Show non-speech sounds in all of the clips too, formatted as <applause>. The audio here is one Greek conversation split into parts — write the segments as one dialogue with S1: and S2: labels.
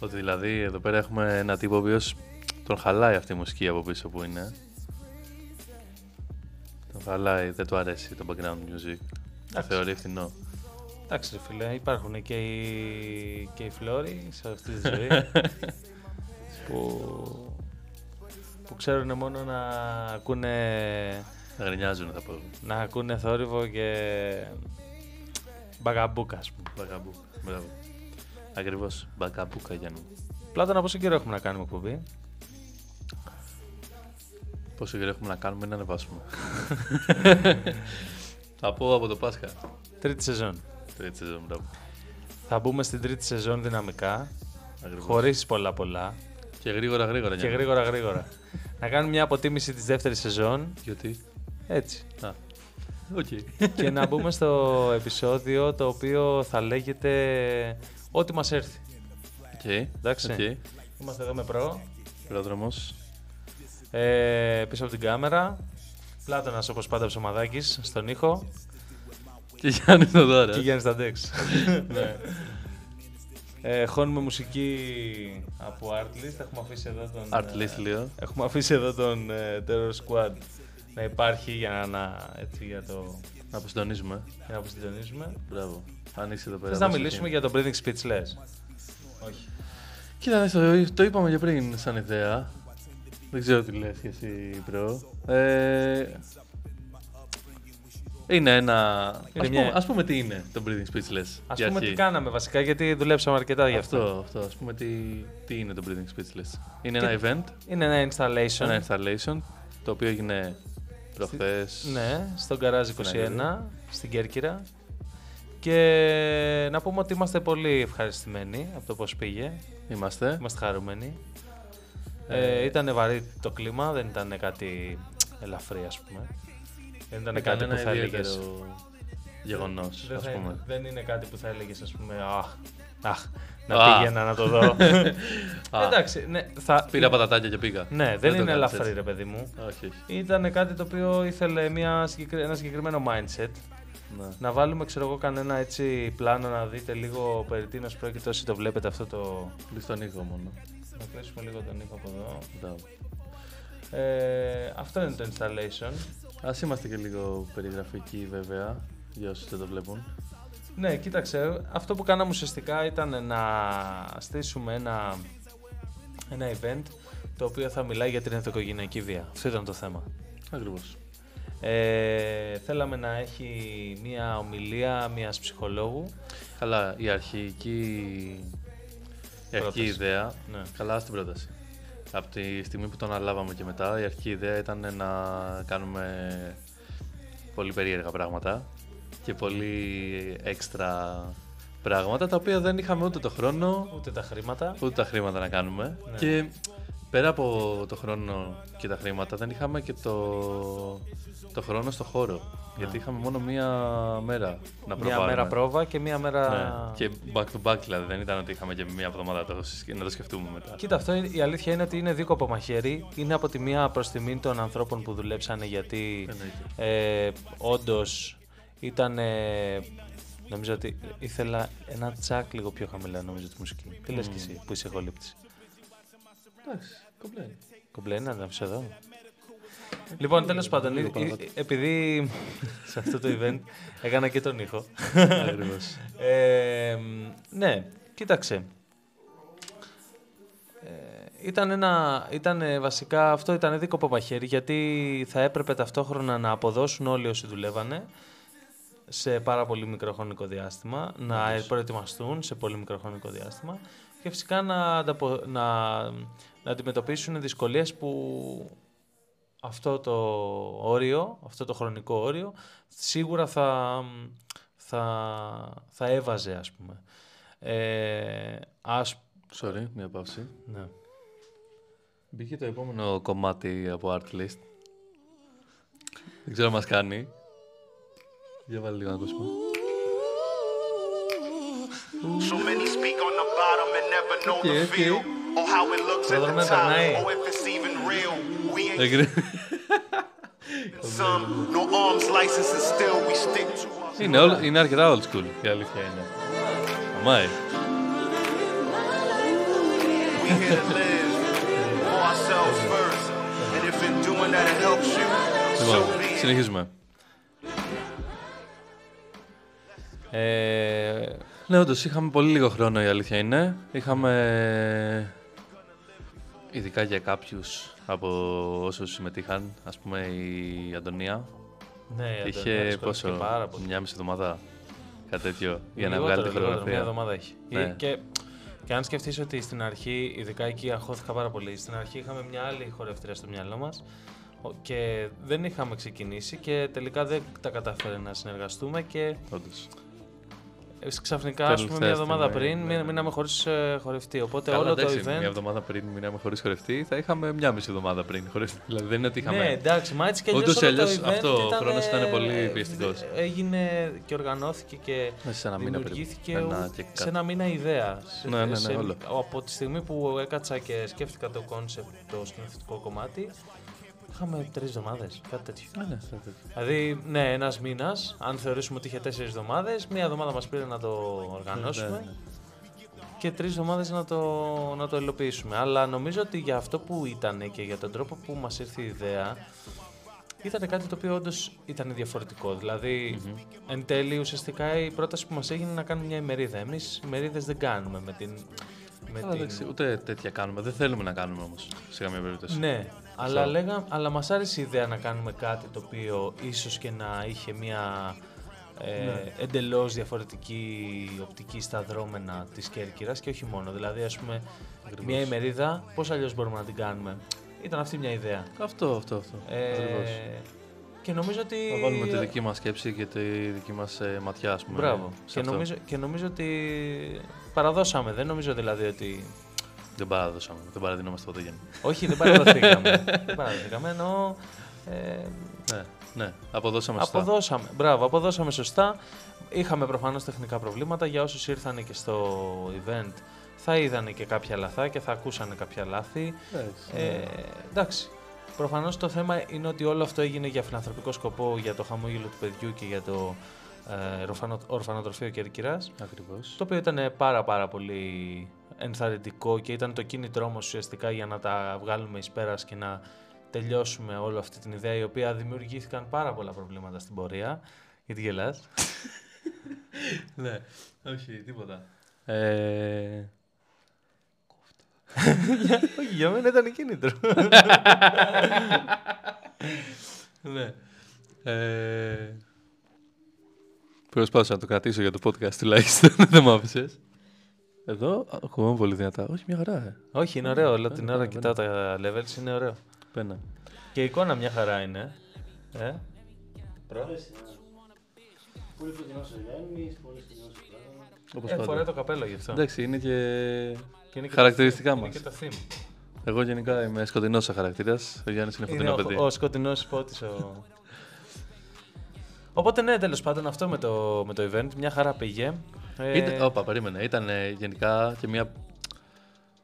S1: Ότι δηλαδή εδώ πέρα έχουμε ένα τύπο ο οποίος τον χαλάει αυτή η μουσική από πίσω που είναι. Τον χαλάει, δεν του αρέσει το background music. Το
S2: Εντάξει.
S1: θεωρεί φθηνό.
S2: Εντάξει, ρε φίλε, υπάρχουν και οι, και οι φλόροι σε αυτή τη ζωή που, που ξέρουν μόνο να ακούνε,
S1: Να γρινιάζουν θα πω.
S2: να ακούνε θόρυβο και μπαγαμπούκα, ας πούμε.
S1: Μπακαμπού. Μπράβο. Ακριβώς. Μπακαμπού Καγιανού.
S2: Πλάτωνα, πόσο καιρό έχουμε να κάνουμε εκπομπή.
S1: Πόσο καιρό έχουμε να κάνουμε είναι να
S2: <laughs>
S1: ανεβάσουμε. θα πω από το Πάσχα.
S2: Τρίτη σεζόν.
S1: Τρίτη σεζόν, μπράβο.
S2: Θα μπούμε στην τρίτη σεζόν δυναμικά,
S1: Ακριβώς.
S2: χωρίς πολλά πολλά
S1: Και γρήγορα γρήγορα.
S2: και
S1: Γιάννη.
S2: γρήγορα γρήγορα. να κάνουμε μια αποτίμηση της δεύτερης σεζόν,
S1: Γιατί.
S2: έτσι.
S1: Α. Οκ.
S2: και να μπούμε στο επεισόδιο το οποίο θα λέγεται ό,τι μας έρθει.
S1: Οκ.
S2: Εντάξει.
S1: Οκ.
S2: Είμαστε εδώ με προ,
S1: Πρόδρομος.
S2: ε, πίσω από την κάμερα, Πλάτωνας όπως πάντα ψωμαδάκης στον ήχο
S1: Και Γιάννης εδώ τώρα.
S2: και Γιάννης Ταντέξ. <laughs> ναι. Ε, χώνουμε μουσική από Artlist, έχουμε αφήσει εδώ τον...
S1: Artlist,
S2: ε,
S1: λέω.
S2: Έχουμε αφήσει εδώ τον ε, Terror Squad να υπάρχει για να, να, έτσι, για το,
S1: Να αποσυντονίζουμε.
S2: για να αποσυντονίσουμε.
S1: Μπράβο. Αν είσαι εδώ πέρα.
S2: Θες να
S1: δώσε
S2: μιλήσουμε
S1: εκείνη.
S2: για το Breathing Speechless. Όχι.
S1: Κοίτα, δες, το, το είπαμε και πριν σαν ιδέα. Δεν ξέρω τι λες και εσύ, προ. Ε, είναι ένα...
S2: Είναι
S1: ας,
S2: μια-
S1: πούμε, ας πούμε τι είναι το Breathing Speechless.
S2: Ας
S1: για
S2: πούμε
S1: αρχή.
S2: τι κάναμε βασικά, γιατί δουλέψαμε αρκετά γι' αυτό.
S1: Αυτό, αυτό. Ας πούμε τι, τι είναι το Breathing Speechless. Είναι ένα event,
S2: Είναι ένα installation.
S1: ένα installation, το οποίο έγινε προχθές.
S2: Ναι, στον Garage 21,
S1: Αγγελία.
S2: στην Κέρκυρα. Και να πούμε ότι είμαστε πολύ ευχαριστημένοι από το πώς πήγε.
S1: Είμαστε.
S2: Είμαστε χαρούμενοι. Ε, ήταν βαρύ το κλίμα, δεν ήταν κάτι ελαφρύ ας πούμε. Δεν ήταν, κάτι
S1: ένα
S2: που θα
S1: ιδιαίτερο
S2: έλεγες.
S1: γεγονός,
S2: Δεν,
S1: ας
S2: θα είναι-
S1: πούμε.
S2: δεν είναι κάτι που θα έλεγες ας πούμε αχ, αχ, να
S1: Α.
S2: πήγαινα να
S1: <laughs>
S2: το δω.
S1: Α,
S2: Εντάξει, ναι, θα...
S1: Πήρα πατατάκια και πήγα.
S2: Ναι, δεν,
S1: το
S2: είναι
S1: κάνεις
S2: ελαφρύ
S1: έτσι.
S2: ρε παιδί μου.
S1: Όχι, όχι.
S2: Ήταν κάτι το οποίο ήθελε μια συγκεκρι... ένα συγκεκριμένο mindset.
S1: Ναι.
S2: Να βάλουμε, ξέρω εγώ, κανένα έτσι πλάνο να δείτε λίγο περί τίνος πρόκειται όσοι το βλέπετε αυτό το...
S1: Κλείς τον ήχο μόνο.
S2: Να κλείσουμε λίγο τον ήχο από εδώ.
S1: Μπράβο.
S2: Ε, αυτό είναι το installation.
S1: Ας είμαστε και λίγο περιγραφικοί βέβαια, για όσους δεν το βλέπουν.
S2: Ναι, κοίταξε, αυτό που κάναμε ουσιαστικά ήταν να στήσουμε ένα, ένα event το οποίο θα μιλάει για την ενδοοικογενειακή βία. Αυτό ήταν το θέμα.
S1: Ακριβώς.
S2: Ε, θέλαμε να έχει μία ομιλία μιας ψυχολόγου.
S1: Καλά, η αρχική, η αρχική
S2: Πρόταση.
S1: ιδέα,
S2: Ναι.
S1: καλά στην πρόταση. Από τη στιγμή που τον αναλάβαμε και μετά, η αρχική ιδέα ήταν να κάνουμε πολύ περίεργα πράγματα και πολύ έξτρα πράγματα, τα οποία δεν είχαμε ούτε το χρόνο,
S2: Ούτε τα χρήματα.
S1: ούτε τα χρήματα να κάνουμε.
S2: Ναι.
S1: Και πέρα από το χρόνο και τα χρήματα, δεν είχαμε και το, το χρόνο στο χώρο. Γιατί είχαμε μόνο μία μέρα να προβάλλουμε.
S2: Ναι. Μία μέρα πρόβα και μία μέρα.
S1: Ναι. Και back to back δηλαδή, δεν ήταν ότι είχαμε και μία εβδομάδα το, συσκε- να το σκεφτούμε μετά.
S2: Κοίτα, αυτό η αλήθεια είναι ότι είναι δίκοπο μαχαίρι. Είναι από τη μία προς τιμή των ανθρώπων που δουλέψανε γιατί
S1: Εννοείται.
S2: ε, όντως ήταν. ε, νομίζω ότι ήθελα ένα τσακ λίγο πιο χαμηλά νομίζω τη μουσική. Τι λες κι
S1: Mm.
S2: εσύ που είσαι χολύπτη.
S1: Εντάξει, κομπλέ.
S2: Κομπλέ, να τα αφήσω εδώ. Λοιπόν, τέλος πάντων,
S1: λίγο
S2: ε-
S1: παρακάτω.
S2: ε- επειδή <laughs> σε αυτό το event έκανα και τον ήχο.
S1: Ακριβώς.
S2: Ε, μ, ναι, κοίταξε. Ε, ήταν ένα, ήταν ε, βασικά αυτό ήταν δίκοπο μαχαίρι γιατί θα έπρεπε ταυτόχρονα να αποδώσουν όλοι όσοι δουλεύανε σε πάρα πολύ μικρό χρονικό διάστημα, να προετοιμαστούν σε πολύ μικρό χρονικό διάστημα και φυσικά να, ανταπο- να, να αντιμετωπίσουν δυσκολίες που αυτό το όριο, αυτό το χρονικό όριο, σίγουρα θα, θα, θα έβαζε, ας πούμε. Ε, ας,
S1: Sorry, μία παύση.
S2: ναι.
S1: Μπήκε το επόμενο κομμάτι από Artlist. Δεν ξέρω αν μας κάνει. Για βάλει λίγο να
S2: <laughs>
S1: ακούσουμε.
S3: So many speak on the bottom and never know
S1: Okay,
S3: the
S1: okay.
S3: feel or how it looks at
S2: Brother,
S3: the
S2: man,
S3: time or if it's even real. We ain't
S1: Εγκρι-
S3: some, no arms license and still we stick to us.
S1: είναι, όλο- είναι αρκετά old school, η αλήθεια είναι. Αμάι.
S3: we here
S1: <laughs>
S3: to live for ourselves first. And if in doing that it helps you, so
S1: Λοιπόν,
S3: be it.
S1: συνεχίζουμε.
S2: Ε,
S1: Ναι, όντως, είχαμε πολύ λίγο χρόνο η αλήθεια είναι. Είχαμε... Ειδικά για κάποιους από όσους συμμετείχαν, ας πούμε η Αντωνία,
S2: ναι, Αντώνη,
S1: είχε
S2: δυσκολεύτηκε
S1: πόσο,
S2: Πάρα πολύ.
S1: μια μισή εβδομάδα, κάτι τέτοιο, για να
S2: Λιγότερο,
S1: βγάλει τη
S2: λιγότερο, Μια
S1: φωτογραφία.
S2: εβδομάδα έχει.
S1: Ναι.
S2: Ε, Και, και αν σκεφτείς ότι στην αρχή, ειδικά εκεί αγχώθηκα πάρα πολύ. Στην αρχή είχαμε μια άλλη χορευτρία στο μυαλό μας και δεν είχαμε ξεκινήσει και τελικά δεν τα κατάφερε να συνεργαστούμε και
S1: Όντως.
S2: ε, ξαφνικά ας πούμε μια
S1: Τελευταία
S2: εβδομάδα
S1: στιγμή,
S2: πριν
S1: ναι, ναι.
S2: μείναμε χωρίς ε, χορευτή. Οπότε
S1: Καλά,
S2: όλο το
S1: εντάξει,
S2: event...
S1: μια εβδομάδα πριν μείναμε χωρίς χορευτή, θα είχαμε μια μισή εβδομάδα πριν χορευτή. <laughs> Δηλαδή δεν είναι ότι είχαμε...
S2: Ναι, εντάξει, μα έτσι και
S1: Ούτως
S2: αλλιώς
S1: ή
S2: όλο το
S1: αλλιώς
S2: event
S1: αυτό, ο
S2: ήταν,
S1: χρόνος ήταν
S2: ε,
S1: πολύ πιεστικός.
S2: ε, Έγινε και οργανώθηκε και
S1: Μέσα Ναι, σε ένα μήνα περίπου.
S2: δημιουργήθηκε
S1: Ένα
S2: ο-
S1: και
S2: σε
S1: κάτι.
S2: ένα μήνα ιδέα. Σε-
S1: Ναι, ναι, ναι,
S2: σε-
S1: όλο.
S2: Από τη στιγμή που έκατσα και σκέφτηκα το κόνσεπτ, το σκηνοθετικό κομμάτι, είχαμε τρεις εβδομάδες, κάτι τέτοιο.
S1: Ναι, ναι, σαν τέτοιο.
S2: Δηλαδή, ναι, ένας μήνας, αν θεωρήσουμε ότι είχε τέσσερις εβδομάδες, μία εβδομάδα μας πήρε να το οργανώσουμε
S1: Ναι, ναι.
S2: και τρεις εβδομάδες να το, να το υλοποιήσουμε. Αλλά νομίζω ότι για αυτό που ήταν και για τον τρόπο που μας ήρθε η ιδέα, ήταν κάτι το οποίο όντως ήταν διαφορετικό. Δηλαδή, εν τέλει, ουσιαστικά η πρόταση που μας έγινε είναι να κάνουμε μια ημερίδα. Εμείς ημερίδες δεν κάνουμε με την. Με
S1: Αλλά Ε, εντάξει, ούτε τέτοια κάνουμε. Δεν θέλουμε να κάνουμε όμως, σε καμία περίπτωση.
S2: ναι, αλλά,
S1: Ξέρω.
S2: λέγα, αλλά μας άρεσε η ιδέα να κάνουμε κάτι το οποίο ίσως και να είχε μια ε,
S1: Ναι.
S2: εντελώς διαφορετική οπτική στα δρόμενα της Κέρκυρας και όχι μόνο. Δηλαδή, ας πούμε, μια ημερίδα, πώς αλλιώς μπορούμε να την κάνουμε. Ήταν αυτή μια ιδέα.
S1: Αυτό, αυτό, αυτό. Ακριβώς.
S2: Ε, και νομίζω ότι...
S1: Θα βάλουμε τη δική μας σκέψη και τη δική μας ε, ματιά, ας πούμε.
S2: Μπράβο.
S1: σε
S2: Και
S1: αυτό.
S2: νομίζω, και νομίζω ότι παραδώσαμε. Δεν νομίζω δηλαδή ότι
S1: Δεν παραδώσαμε, δεν παραδεινόμαστε ποτέ Γιάννη.
S2: όχι, δεν
S1: <laughs>
S2: παραδοθήκαμε. δεν παραδοθήκαμε, εννοώ. Ε,
S1: Ναι, ναι, αποδώσαμε σωστά.
S2: Αποδώσαμε. Μπράβο, αποδώσαμε σωστά. Είχαμε προφανώς τεχνικά προβλήματα. Για όσους ήρθαν και στο event θα είδανε και κάποια λαθάκια, θα ακούσανε κάποια λάθη.
S1: Εντάξει, ναι.
S2: Ε, εντάξει. Προφανώς το θέμα είναι ότι όλο αυτό έγινε για φιλανθρωπικό σκοπό, για το χαμόγελο του παιδιού και για το ε, ορφανο- ορφανοτροφείο Κερκυράς.
S1: Ακριβώς.
S2: Το οποίο ήταν πάρα πάρα πολύ ενθαρρυντικό και ήταν το κίνητρό μας ουσιαστικά για να τα βγάλουμε εις πέρας και να τελειώσουμε όλη αυτή την ιδέα η οποία δημιουργήθηκαν πάρα πολλά προβλήματα στην πορεία. Γιατί γελάς.
S1: Ναι, όχι, τίποτα. Ε,
S2: Όχι, <laughs> για μένα ήταν κίνητρο.
S1: ναι. Ε, προσπάθησα να το κρατήσω για το podcast τουλάχιστον, <laughs> δεν μ' άφησες. Εδώ ακουγόμαι πολύ δυνατά. Όχι, μια χαρά, ε.
S2: Όχι, είναι ωραίο. Όλη την
S1: Μπαίνει,
S2: ώρα
S1: μπαίνει,
S2: κοιτάω τα levels, είναι ωραίο.
S1: Πένα.
S2: Και η εικόνα μια χαρά είναι. Ε.
S4: Πολύ φωτεινό ο Γιάννης, πολύ φωτεινό ο Γιάννη.
S1: Όπως
S2: Ε, φοράει
S1: πάντα.
S2: το καπέλο γι' αυτό.
S1: Εντάξει, είναι και...
S2: Και είναι και το
S1: Χαρακτηριστικά
S2: theme, είναι
S1: μας.
S2: και το theme.
S1: Εγώ γενικά είμαι σκοτεινός σαν χαρακτήρας. Ο Γιάννης είναι
S2: Είναι
S1: φωτεινό παιδί.
S2: ο, ο σκοτεινό υπότη. Ο... Οπότε ναι, τέλος πάντων αυτό με το, με το event. Μια χαρά πήγε. Ε,
S1: Ήταν, όπα, περίμενε. Ήταν ε, γενικά και μια,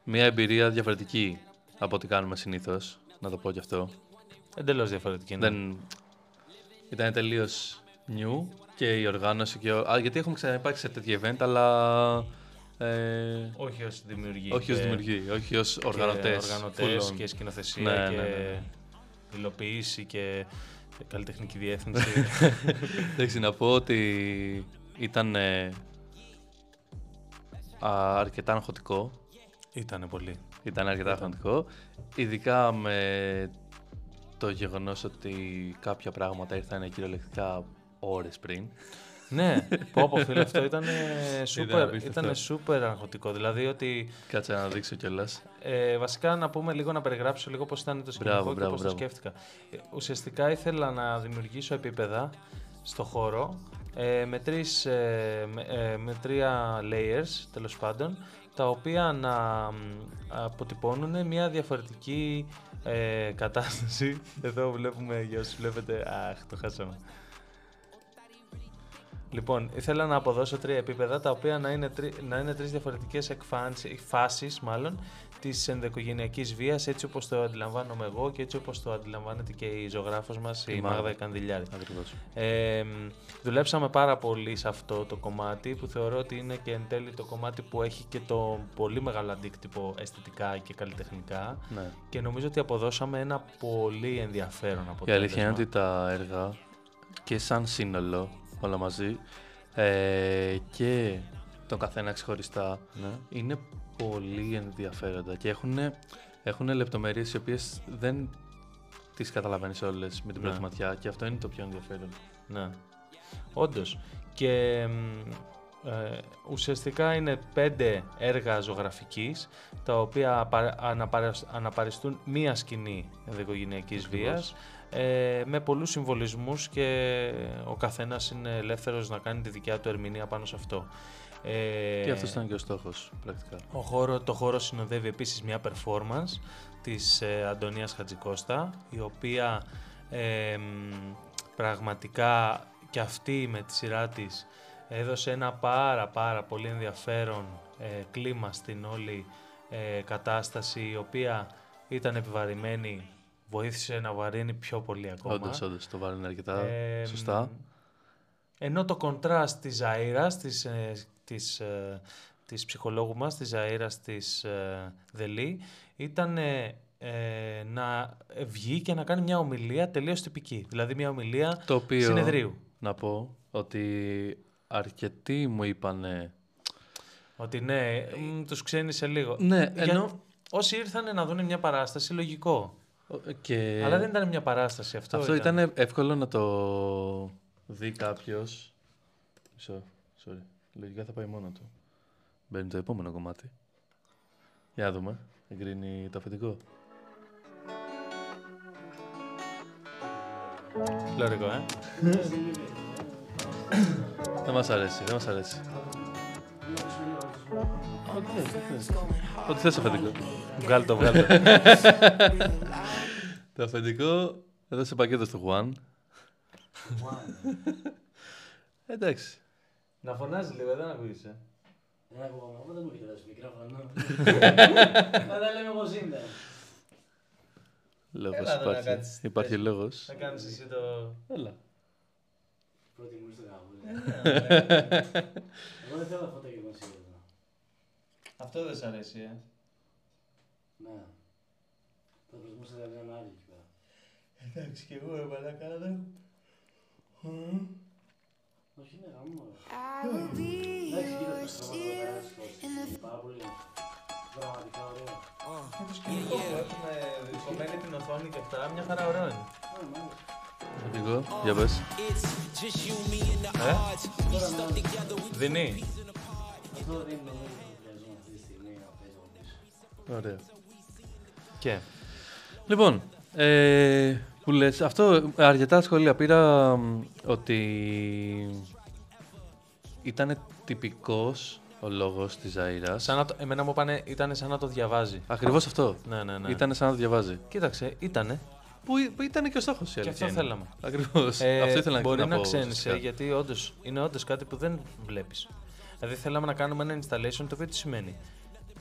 S1: μια εμπειρία διαφορετική από ό,τι κάνουμε συνήθως. Να το πω κι αυτό.
S2: Εντελώς διαφορετική. ναι.
S1: Δεν... Ήταν τελείως new και η οργάνωση. Και... ο- Α, γιατί έχουμε ξαναυπάρξει σε τέτοια event, αλλά. Ε,
S2: Όχι ως δημιουργή.
S1: όχι ως
S2: και-
S1: δημιουργοί, όχι ως
S2: και
S1: οργανωτές.
S2: οργανωτές και σκηνοθεσία
S1: Ναι,
S2: και
S1: ναι, ναι.
S2: υλοποίηση και καλλιτεχνική
S1: <laughs>
S2: διεύθυνση.
S1: Εντάξει, να πω ότι ήταν ε, α, αρκετά αγχωτικό
S2: Ήτανε πολύ.
S1: Ήταν αρκετά χρονικό. Ειδικά με το γεγονός ότι κάποια πράγματα ήρθαν κυριολεκτικά ώρες πριν.
S2: ναι, πω πω φίλε, αυτό ήταν σούπερ,
S1: απίστευτο.
S2: ήτανε σούπερ αγχωτικό. Δηλαδή ότι
S1: Κάτσε να δείξω κιόλας.
S2: Ε, βασικά να πούμε λίγο, να περιγράψω λίγο πώς ήταν το σκηνικό
S1: Μπράβο,
S2: και
S1: μπράβο,
S2: πώς το
S1: μπράβο.
S2: σκέφτηκα. Ε, ουσιαστικά ήθελα να δημιουργήσω επίπεδα στο χώρο ε, με, τρεις, ε, με, ε, με τρία layers τέλος πάντων τα οποία να μ, αποτυπώνουν μια διαφορετική ε, κατάσταση. <laughs> Εδώ βλέπουμε, για όσους βλέπετε, αχ, το χάσαμε. Λοιπόν, ήθελα να αποδώσω τρία επίπεδα τα οποία να είναι, τρι, να είναι τρεις διαφορετικές εκφάνσεις, φάσεις μάλλον της ενδοοικογενειακής βίας έτσι όπως το αντιλαμβάνομαι εγώ και έτσι όπως το αντιλαμβάνεται και η ζωγράφος μας η,
S1: Η Μάγδα.
S2: Μάγδα Κανδυλιάρη.
S1: Ακριβώς.
S2: Ε, μ, δουλέψαμε πάρα πολύ σε αυτό το κομμάτι που θεωρώ ότι είναι και εν τέλει το κομμάτι που έχει και το πολύ μεγάλο αντίκτυπο αισθητικά και καλλιτεχνικά
S1: Ναι.
S2: και νομίζω ότι αποδώσαμε ένα πολύ ενδιαφέρον αποτέλεσμα.
S1: Η αλήθεια είναι ότι τα έργα και σαν σύνολο όλα μαζί ε, και το καθένα ξεχωριστά
S2: Ναι.
S1: είναι πολύ ενδιαφέροντα και έχουν, έχουν λεπτομέρειες οι οποίες δεν τις καταλαβαίνεις όλες με την
S2: Ναι.
S1: πρώτη ματιά και αυτό είναι το πιο ενδιαφέρον.
S2: Ναι. Όντως. Και μ, ε, ουσιαστικά είναι πέντε έργα ζωγραφικής τα οποία απα- αναπαρασ- αναπαριστούν μία σκηνή ενδοοικογενειακής βίας ε, με πολλούς συμβολισμούς και ο καθένας είναι ελεύθερος να κάνει τη δικιά του ερμηνεία πάνω σε αυτό. Ε,
S1: Και αυτός ήταν και ο στόχος πρακτικά.
S2: ο χώρο, το χώρο συνοδεύει επίσης μια performance της ε, Αντωνίας Χατζικώστα, η οποία ε, μ, πραγματικά και αυτή με τη σειρά της έδωσε ένα πάρα πάρα πολύ ενδιαφέρον ε, κλίμα στην όλη ε, κατάσταση, η οποία ήταν επιβαρημένη, βοήθησε να βαρύνει πιο πολύ ακόμα.
S1: Όντως, όντως, το βάλουν αρκετά
S2: Ε,
S1: σωστά.
S2: Ενώ το κοντράστ της Ζαΐρας, της, ε, της, ε, της ψυχολόγου μας, της Ζαΐρας της ε, Δελή, ήταν ε, ε, να βγει και να κάνει μια ομιλία τελείως τυπική. Δηλαδή μια ομιλία
S1: Το οποίο
S2: συνεδρίου.
S1: να πω ότι αρκετοί μου είπανε
S2: Ότι ναι, μ, τους ξένησε λίγο.
S1: Ναι,
S2: Για-
S1: ενώ-
S2: Όσοι ήρθαν να δουν μια παράσταση, λογικό.
S1: και
S2: Αλλά δεν ήταν μια παράσταση αυτό.
S1: Ε, Αυτό ήταν εύκολο να το δει κάποιος. Sorry. Λογικά θα πάει μόνο του. Μπαίνει το επόμενο κομμάτι. Για να δούμε. Εγκρίνει το αφεντικό.
S2: Λογικό, ε.
S1: Δεν μας αρέσει, δεν μας αρέσει. Ό,τι θες αφεντικό.
S2: Βγάλ' το, βγάλ' το.
S1: Το αφεντικό έδωσε πακέτο στο Χουάν. Εντάξει.
S2: να φωνάζει λίγο, δεν ε? ακούγεσαι.
S4: Ένα ακόμα πράγμα δεν μου είχε δώσει μικρόφωνο. Αλλά λέμε εγώ ζήντα.
S1: Λόγος
S2: Έλα εδώ να
S1: υπάρχει.
S2: κάτσεις.
S1: Υπάρχει λόγος.
S2: Θα κάνεις εσύ το...
S1: Έλα.
S4: Πρώτη μου ήρθε κάπου.
S1: Ε, ναι,
S4: Εγώ δεν θέλω φώτα και γνώση εδώ.
S2: Αυτό δεν σ' αρέσει, ε.
S4: Ναι. Θα προτιμούσα κανέναν άλλο εκεί πέρα.
S2: Εντάξει, και εγώ ρε μαλάκα, αλλά δεν-
S4: Όχι, είναι γαμός. ρε.
S5: I will be
S4: Εντάξει, κοίτα
S5: your
S4: τα
S5: shield.
S4: στρώματα Είναι πάρα πολύ. Πραγματικά ωραίο.
S2: Και το ε, σκηνικό που έχουμε κομμένη την οθόνη και αυτά, μια χαρά ωραίο είναι.
S4: Ναι, μ' άρεσε.
S1: Αφεντικό, για πες.
S2: Δινή.
S4: Αυτό δεν είναι το μόνο που χρειαζόμαστε αυτή τη στιγμή να παίζουμε πίσω.
S1: Ωραία.
S2: Και.
S1: Λοιπόν, ε, που λες, αυτό ε, αρκετά σχόλια πήρα μ, ότι ήταν τυπικός ο λόγος της Ζαΐρας.
S2: Σαν να το, εμένα μου πάνε, ήταν σαν να το διαβάζει.
S1: Ακριβώς αυτό.
S2: Ναι, ναι, ναι.
S1: Ήταν σαν να το διαβάζει.
S2: Κοίταξε, ήτανε.
S1: Που, που ήταν και ο στόχος η αλήθεια
S2: αυτό
S1: είναι.
S2: θέλαμε.
S1: Ακριβώς.
S2: Ε,
S1: αυτό ήθελα
S2: μπορεί
S1: να,
S2: να, ε,
S1: πω,
S2: ξένησε,
S1: ουσιαστικά.
S2: γιατί όντως, είναι όντως κάτι που δεν βλέπεις. Δηλαδή θέλαμε να κάνουμε ένα installation, το οποίο τι σημαίνει.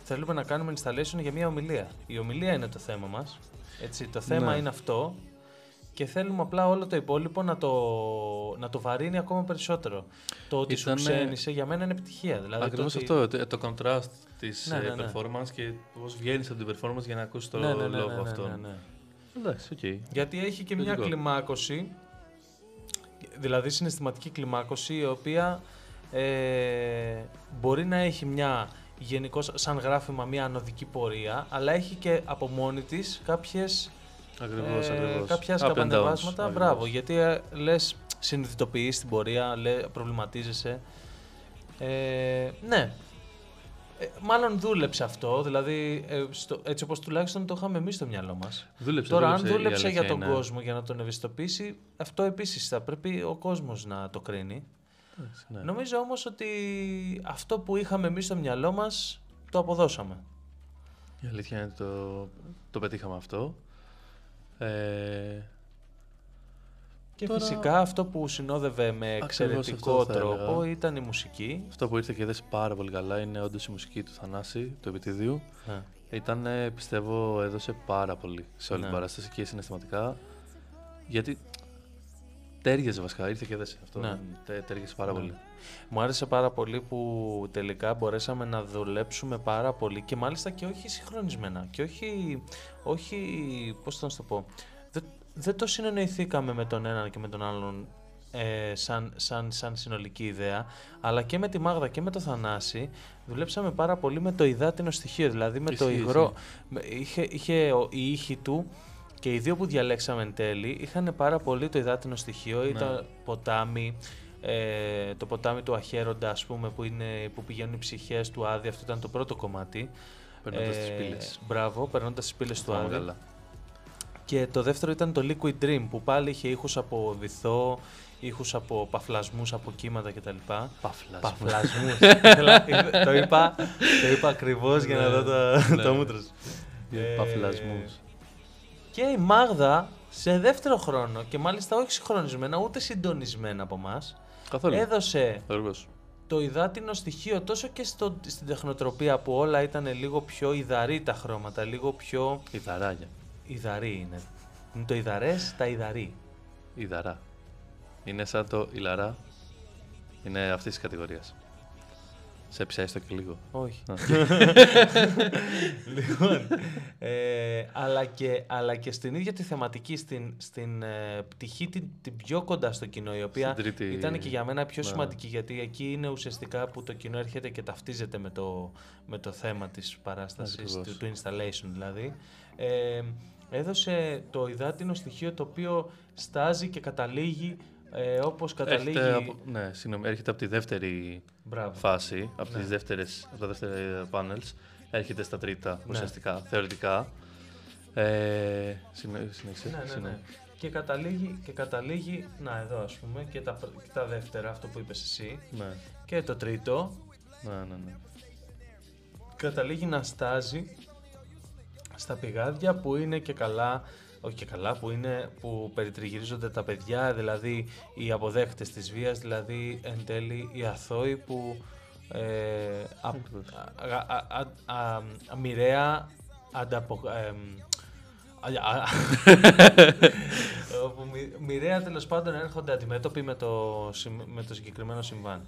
S2: Θέλουμε να κάνουμε installation για μια ομιλία. Η ομιλία είναι το θέμα μας. Έτσι, το θέμα
S1: Ναι.
S2: είναι αυτό. Και θέλουμε απλά όλο το υπόλοιπο να το, να το βαρύνει ακόμα περισσότερο. Το ότι
S1: Ήτανε-
S2: σου ξένησε για μένα είναι επιτυχία. Δηλαδή,
S1: Ακριβώς
S2: το ότι-
S1: αυτό, το, το contrast της
S2: Ναι,
S1: ε,
S2: ναι, ναι.
S1: performance και πώς βγαίνεις από την performance για να ακούσεις το
S2: Ναι, ναι, ναι, ναι,
S1: λόγο
S2: ναι, ναι,
S1: αυτόν.
S2: ναι.
S1: Εντάξει, οκ.
S2: Γιατί έχει και μια
S1: Λογικό.
S2: κλιμάκωση, δηλαδή συναισθηματική κλιμάκωση, η οποία ε, μπορεί να έχει μια γενικώς σαν γράφημα μια ανωδική πορεία, αλλά έχει και από μόνη της κάποιες
S1: Ακριβώς,
S2: ε,
S1: ακριβώς.
S2: κάποια
S1: Up and downs,
S2: σκαμπανεβάσματα.
S1: ακριβώς.
S2: Μπράβο, γιατί ε, λες συνειδητοποιείς την πορεία, λέ, προβληματίζεσαι. Ε, ναι. Ε, μάλλον δούλεψε αυτό, δηλαδή ε, στο, έτσι όπως τουλάχιστον το είχαμε εμείς στο μυαλό μας.
S1: Δούλεψε,
S2: Τώρα, αν
S1: δούλεψε, η
S2: δούλεψε για
S1: αλήθεια
S2: τον
S1: είναι.
S2: κόσμο για να τον ευαισθητοποιήσει, αυτό επίσης θα πρέπει ο κόσμος να το κρίνει.
S1: Εντάξει, ναι.
S2: Νομίζω όμως ότι αυτό που είχαμε εμείς στο μυαλό μας το αποδώσαμε.
S1: Η αλήθεια είναι ότι το, το πετύχαμε αυτό. Ε,
S2: Και
S1: Τώρα-
S2: φυσικά αυτό που συνόδευε με
S1: Ακριβώς
S2: εξαιρετικό
S1: αυτό θα
S2: τρόπο
S1: έλεγα.
S2: ήταν η μουσική.
S1: αυτό που ήρθε και δες πάρα πολύ καλά είναι όντως η μουσική του Θανάση, του Επιτιδίου.
S2: Ναι.
S1: Ήταν, ε, πιστεύω, έδωσε πάρα πολύ σε όλη
S2: Ναι.
S1: την παράσταση και συναισθηματικά. Γιατί τέριαζε βασικά, ήρθε και έδεσε αυτό.
S2: Ναι.
S1: Τε, τέριαζε πάρα
S2: Ναι.
S1: πολύ.
S2: Μου άρεσε πάρα πολύ που τελικά μπορέσαμε να δουλέψουμε πάρα πολύ και μάλιστα και όχι συγχρονισμένα. Και όχι. όχι πώς θα σου το πω. Δεν, δεν το συνεννοηθήκαμε με τον έναν και με τον άλλον ε, σαν, σαν, σαν συνολική ιδέα, αλλά και με τη Μάγδα και με το Θανάση δουλέψαμε πάρα πολύ με το υδάτινο στοιχείο, δηλαδή με το
S1: Ισχύει,
S2: υγρό. Με- Είχε, είχε ο- η ήχη του και οι δύο που διαλέξαμε εν τέλει είχαν πάρα πολύ το υδάτινο στοιχείο,
S1: Ναι.
S2: ήταν ποτάμι, ε, το ποτάμι του Αχέροντα ας πούμε που, είναι, που πηγαίνουν οι ψυχές του Άδη, αυτό ήταν το πρώτο κομμάτι. Ε,
S1: Περνώντας τις πύλες.
S2: Μπράβο, περνώντας τις πύλες του
S1: Πάμε
S2: Άδη. Και το δεύτερο ήταν το Liquid Dream που πάλι είχε ήχους από βυθό, ήχους από παφλασμούς, από κύματα κτλ.
S1: Παφλάσμα.
S2: Παφλασμούς. Ήθελα- το, είπα, το είπα ακριβώς για να δω το, το μούτρο σου. Ε,
S1: Παφλασμούς.
S2: Και η Μάγδα σε δεύτερο χρόνο και μάλιστα όχι συγχρονισμένα ούτε συντονισμένα από εμάς.
S1: Καθόλου.
S2: Έδωσε
S1: Ωραίος.
S2: το υδάτινο στοιχείο τόσο και στο, στην τεχνοτροπία που όλα ήταν λίγο πιο υδαρή τα χρώματα, λίγο πιο
S1: Η δαράγια.
S2: Ιδαρή είναι. Είναι το ιδαρές, τα ιδαρή.
S1: Η δαρά. Είναι σαν το ηλαρά. Είναι αυτής της κατηγορίας. Σε ψέστο και λίγο.
S2: Όχι.
S1: Α.
S2: <laughs> λοιπόν, ε, αλλά, και, αλλά και στην ίδια τη θεματική, στην, στην ε, πτυχή την, την πιο κοντά στο κοινό, η οποία
S1: Στην τρίτη-
S2: ήταν και για μένα πιο
S1: Ναι.
S2: σημαντική, γιατί εκεί είναι ουσιαστικά που το κοινό έρχεται και ταυτίζεται με το, με το θέμα της παράστασης,
S1: Ακριβώς.
S2: του, του installation δηλαδή. Ε, έδωσε το υδάτινο στοιχείο το οποίο στάζει και καταλήγει ε, όπως καταλήγει...
S1: Έρχεται από, ναι, συγγνώμη, έρχεται από τη δεύτερη
S2: Μπράβο.
S1: φάση, από,
S2: Ναι.
S1: τις δεύτερες, από τα δεύτερα panels. Έρχεται στα τρίτα
S2: Ναι.
S1: ουσιαστικά, θεωρητικά. Ε, συνε- συνέχισε.
S2: Ναι, ναι, ναι.
S1: συγγνώμη.
S2: Και καταλήγει, και καταλήγει, να εδώ ας πούμε, και τα, πρω- και τα δεύτερα, αυτό που είπες εσύ,
S1: ναι.
S2: και το τρίτο,
S1: Ναι, ναι, ναι.
S2: καταλήγει να στάζει στα πηγάδια που είναι και καλά, όχι και καλά, που είναι που περιτριγυρίζονται τα παιδιά, δηλαδή οι αποδέχτες της βίας, δηλαδή εν τέλει οι αθώοι που ε, α, α, α, α, α, α- μοιραία ανταπο, εμ, α- α- <laughs> όπου μοι- μοιραία τέλος πάντων έρχονται αντιμέτωποι με το, συμ- με το συγκεκριμένο συμβάν.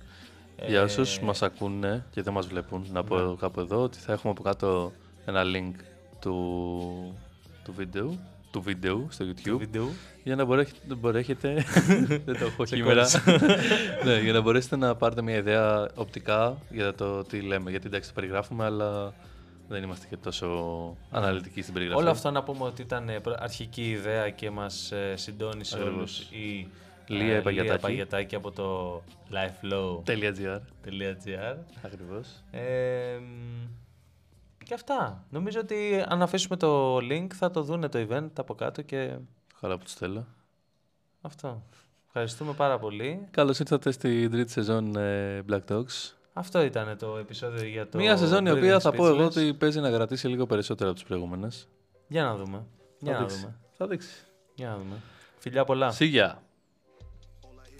S1: Για
S2: Ε,
S1: όσους μας ακούνε και δεν μας βλέπουν, να πω κάπου εδώ ότι θα έχουμε από κάτω ένα link του, του βίντεο του βίντεο στο YouTube
S2: Ε, βίντεο.
S1: για να μπορέχετε, μπορέχετε δεν το έχω χειμέρα <laughs> ναι, για να μπορέσετε να πάρετε μια ιδέα οπτικά για το τι λέμε γιατί εντάξει το περιγράφουμε αλλά δεν είμαστε και τόσο αναλυτικοί στην περιγραφή
S2: Όλο αυτό να πούμε ότι ήταν ε, προ- αρχική ιδέα και μας ε, συντόνισε
S1: Ακριβώς.
S2: όλους η ε,
S1: Λία Παγιατάκη.
S2: Παγιατάκη από το lifelow.gr
S1: .gr ακριβώς
S2: ε, μ, Και αυτά. Νομίζω ότι αν αφήσουμε το link θα το δούνε το event από κάτω και
S1: χαρά που τους θέλω
S2: αυτό. Ευχαριστούμε πάρα πολύ.
S1: Καλώς ήρθατε στην τρίτη σεζόν ε, Black Dogs
S2: Αυτό ήταν το επεισόδιο για το...
S1: Μία σεζόν η
S2: Breathing
S1: οποία θα πω εγώ
S2: Speechless.
S1: ότι παίζει να κρατήσει λίγο περισσότερο από τις προηγούμενες.
S2: Για να δούμε. Για να δούμε.
S1: Θα δείξει.
S2: Για να δούμε. Φιλιά πολλά.
S1: Σίγια.